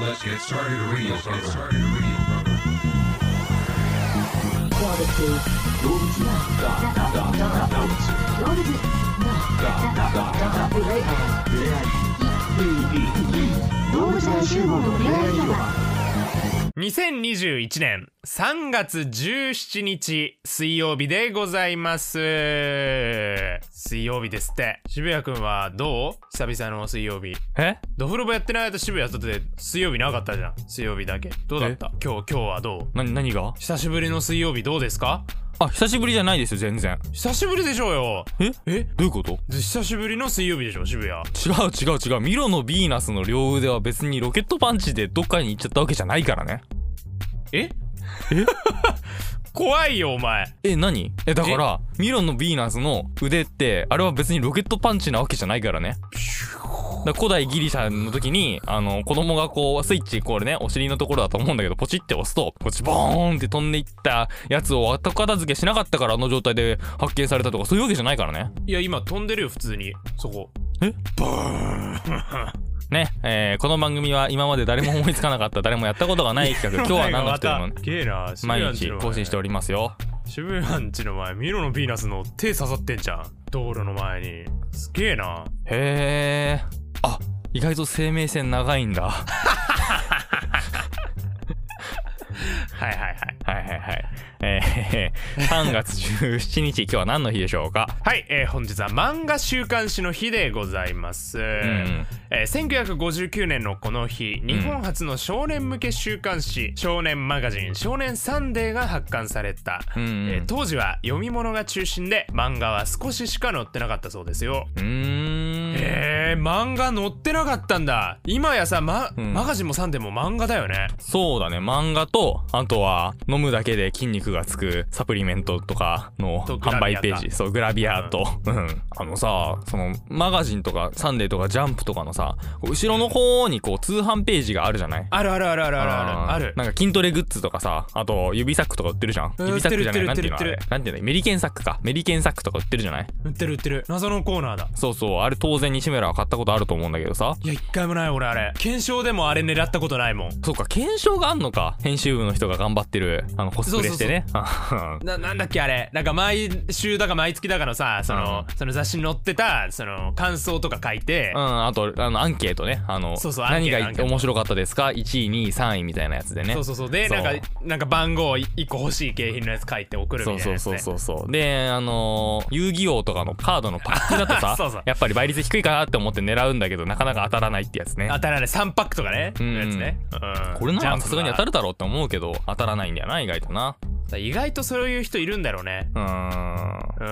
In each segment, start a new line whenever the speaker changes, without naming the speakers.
Let's get started radio program. Let's get started radio
Dogs
2021年3月17日水曜日でございます水曜日ですって渋谷くんはどう久々の水曜日
え
ドフロボやってない間渋谷だって水曜日なかったじゃん水曜日だけどうだった今日今日はどう
な何が
久しぶりの水曜日どうですか
あ久しぶりじゃないですよ全然
久しぶりでしょうよ
え
え
どういうこと
で久しぶりの水曜日でしょ渋谷
違う違う違うミロのヴィーナスの両腕は別にロケットパンチでどっかに行っちゃったわけじゃないからね
え 怖いよお前
え何えだからミロのヴィーナスの腕ってあれは別にロケットパンチなわけじゃないからねだから古代ギリシャの時にあの子供がこうスイッチこれねお尻のところだと思うんだけどポチって押すとこっちボーンって飛んでいったやつを後片付けしなかったからあの状態で発見されたとかそういうわけじゃないからね
いや今飛んでるよ普通にそこ
ね、えーこの番組は今まで誰も思いつかなかった誰もやったことがない 企画今日は何の人も
またゲーな渋谷
毎
んち
日
の前
更新しておりますよ
渋谷んちの前ミロのヴィーナスの手刺さってんじゃん道路の前にすげえな
へえあ意外と生命線長いんだは
はいはいはい
いはいはいえー、3月17日今日は何の日でしょうか
はい、えー本日は漫画週刊誌の日でございます、
ん
えー1959年のこの日日本初の少年向け週刊誌、少年マガジン「少年サンデー」が発刊された、
うんうん
えー当時は読み物が中心で漫画は少ししか載ってなかったそうですよ
うーん
えー、漫画載ってなかったんだ今やさ、ま
うん
マガジンもサンデーも漫画だよね
そうだね漫画とあとは飲むだけで筋肉がつくサプリメントとかの
とグラ
販
ビア
売ページそうグラビアと、うんあのさそのマガジンとかサンデーとかジャンプとかのさ後ろの方にこう通販ページがあるじゃない
あるあるあるあるあるあるある
なんか筋トレグッズとかさあと指サックとか売ってるじゃん
うん
指サックじゃない
売
な
っ
ん
て
てい
る売
うの
って
あ
る売ってる
れなんていうのメリケンサックかメリケンサックとか売ってるじゃない
売ってる売ってる謎のコーナーだ
そうそうあれ当然西村は買ったことあると思うんだけどさ
いや一回もない俺あれ検証でもあれ狙ったことないもん
そうか検証があんのか編集部の人が頑張ってるあのコスプレしてね
ななんだっけあれなんか毎週だか毎月だかのさその,、その雑誌に載ってたその感想とか書いて、
うん、あとあのアンケートねあの
そうそうアンケー
何
トア
が
ン
い
ケート
面白かったですか1位2位3位みたいなやつでね
そうそうそうで
そう
なんかなんか番号1個欲しい景品のやつ書いて送る
そ
み
う
たいな
そう
やつ、
そ
ね、
うそうそうであのー遊戯王とかのカードのパックだとさ
そうそう
やっぱり倍率低いかなって思って狙うんだけどなかなか当たらないってやつね
当たらない3パックとかね、
うん
のやつね、うん
これな
ジャン
ら
プ
さすがに当たるだろうって思うけど当たらないんだよな意外とな
だ意外とそういう人いるんだろうね
うーん
うー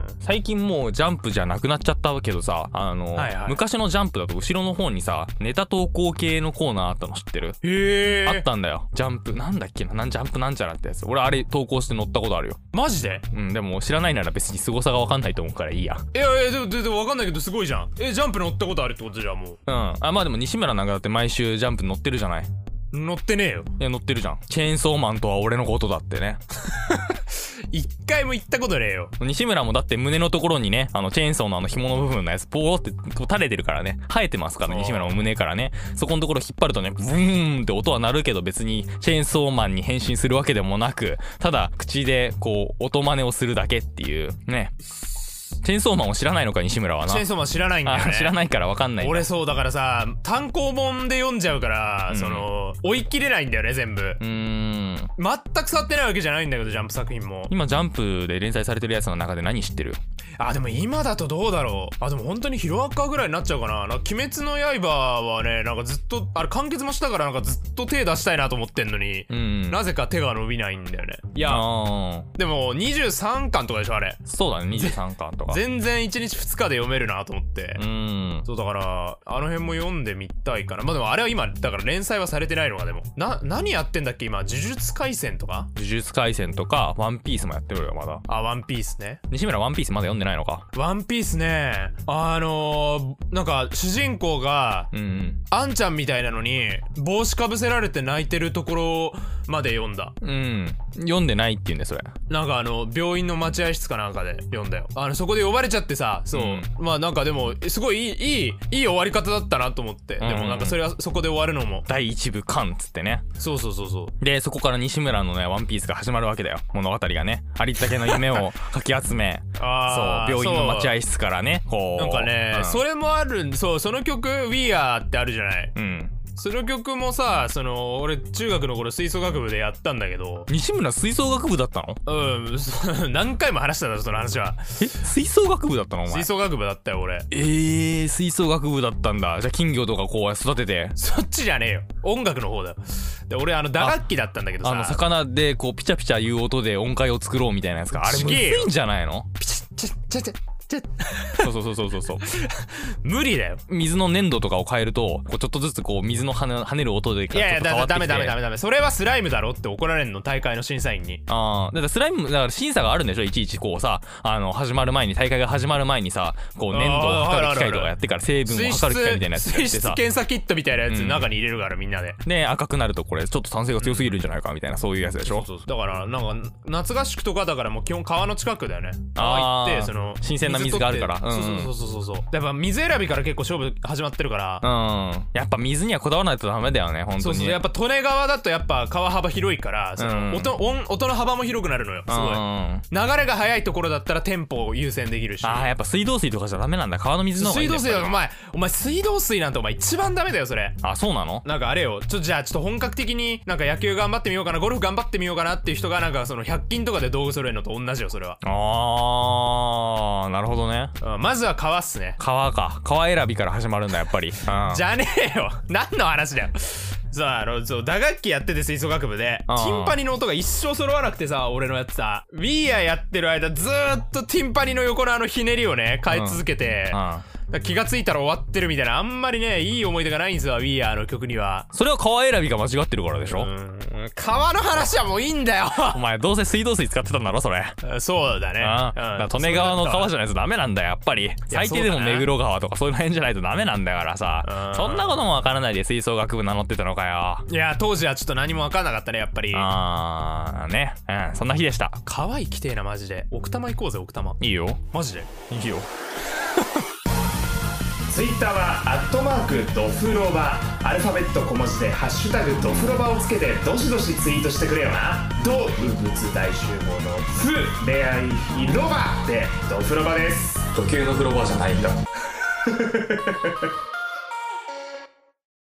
ん
最近もうジャンプじゃなくなっちゃったけどさあのー、
はいはい
昔のジャンプだと後ろの方にさネタ投稿系のコーナーあったの知ってる
へえ
あったんだよジャンプなんだっけななんジャンプなんちゃらってやつ俺あれ投稿して乗ったことあるよ
マジで
うん、でも知らないなら別に凄さが分かんないと思うからいいや。
いやいやでもでで分かんないけどすごいじゃんえジャンプ乗ったことあるってことじゃんも
うん。あ、まあでも西村なんかだって毎週ジャンプ乗ってるじゃない。いう
乗ってねえよ
や、乗ってるじゃん。チェーンソーマンとは俺のことだってね。
一回も行ったことねえよ
西村もだって胸のところにね、あの、チェーンソーのあの紐の部分のやつ、ポーってこう垂れてるからね。生えてますから、
そう
西村も胸からね。そこのところ引っ張るとね、ブーンって音は鳴るけど別にチェーンソーマンに変身するわけでもなく、ただ口でこう、音真似をするだけっていう、ね。チェーンソーマンを知らないのか、西村はな
チェー。ンソーマン知らないんだよ、
あ
ね、
知らないから分かんないんだ
俺そうだからさ単行本で読んじゃうから、
うん
その追い切れないんだよね全部、
うーん。
全く触ってないわけじゃないんだけどジャンプ作品も
今ジャンプで連載されてるやつの中で何知ってる
あでも今だとどうだろうあでも本当にヒロアカぐらいになっちゃうかななんか鬼滅の刃はねなんかずっとあれ完結もしたからなんかずっと手出したいなと思ってんのに、
うん
なぜか手が伸びないんだよねいや
あ
でも23巻とかでしょあれ
ーそうだね23巻とか
全然1日2日で読めるなと思って、
うん
そうだからあの辺も読んでみたいかなまあでもあれは今だから連載はされてないのかでもな何やってんだっけ今呪術廻戦とか
呪術廻戦とかワンピースもやってるよまだ
あワンピースね
西村ワンピースまだ読んでないのか
ワンピースねあのー、なんか主人公が
うんうん
あんちゃんみたいなのに帽子かぶせられて泣いてるところまで読んだ
うん読んでないって言うんだよそれ
なんかあの病院の待合室かなんかで読んだよあのそこでで呼ばれちゃってさそう、
うん
まあなんかでもすごいいいいいいい終わり方だったなと思って、
んうん
でもなんかそれはそこで終わるのも
第一部完っつってね
そうそうそうそう
でそこから西村のねワンピースが始まるわけだよ物語がねありったけの 夢をかき集め
あー
そう病院の待
そう
合室からねこう
なんかね、
うん、
それもあるんそうその曲「We Are」ってあるじゃない
うん
その曲もさその俺中学の頃吹奏楽部でやったんだけど
西村吹奏楽部だったの
うん そう何回も話しただろその話は
え吹奏楽部だったのお前
吹奏楽部だったよ俺
えー、吹奏楽部だったんだじゃあ金魚とかこう育てて
そっちじゃねえよ音楽の方だよで俺あの打楽器だったんだけどさ
あの魚でこうピチャピチャいう音で音階を作ろうみたいなやつかあれ
ち
むず
げえよ
いんじゃないの
ピチッチッチッチッチッチッ
そうそうそうそ うそうそう
無理だよ
水の粘土とかを変えるとこうちょっとずつこう水の跳ね跳ねる音で
いやいやだ
ちょっと変わって
ダ
きて
メダメダメダメそれはスライムだろって怒られんの大会の審査員に
ああだからスライムだから審査があるんでしょいちいちこうさあの始まる前に大会が始まる前にさこう粘土を測る機械とかやってから成分を
水質
測る機械みたいなやつや
水
って
質
さ
検査キットみたいなやつ
うん
中に入れるからみんなで
ね赤くなるとこれちょっと酸性が強すぎるんじゃないかみたいなそういうやつでしょ
そうそうだからなんか夏合宿とかだからもう基本川の近くだよね
あ
川
ー
行ってその
新鮮な水があるから
水取って
うん
そうそうそうそうそうやっぱ水選びから結構勝負始まってるから
うんやっぱ水にはこだわらないとダメだよね本当に
そうそうやっぱ利根川だとやっぱ川幅広いからそ
うん
の音,、音音の幅も広くなるのよすご
う
い
ん
流れが速いところだったらテンポを優先できるし
ああやっぱ水道水とかじゃダメなんだ川の水の方がいい
水
ん
道
だ
水
やっ
は
ぱ
お
り
前お前水道水なんてお前一番ダメだよそれ
あそうなの
なんかあれよちょじゃあちょっと本格的になんか野球頑張ってみようかなゴルフ頑張ってみようかなっていう人がなんかその100均とかで道具揃えるのと同じよそれは、
あーなるほどね
うん、まずは川っすね
川か川選びから始まるんだやっぱり、うん、じゃ
じゃねえよ 何の話だよそうあのそう打楽器やってて吹奏楽部でテ
あー
ィンパニの音が一生揃わなくてさ俺のやつさ We Are やってる間ずーっとティンパニの横のあのひねりをね変え続けて、
うん
気がついたら終わってるみたいなあんまりねいい思い出がないんですわ We Are の曲には
それは川選びが間違ってるからでし
う
ょ、
ん川の話はもういいんだ よ
お前どうせ水道水使ってたんだろそれ
そうだね
ああ、だから利根川の川じゃないとダメなんだよやっぱり最低でも
そうだね
目黒川とかそういう辺じゃないとダメなんだからさ
うん
そんなこともわからないで吹奏楽部名乗ってたのかよ
いや当時はちょっと何も分かんなかったねやっぱり
あーねうんそんな日でした
可愛いきてえなマジで奥多摩行こうぜ奥多摩
いいよ
マジで
いいよ
ツイッターはアットマークドフロバアルファベット小文字でハッシュタグドフロバをつけてどしどしツイートしてくれよなドウ物大集合のフ恋愛広場でドフロバです
時計の風呂場じゃないんだ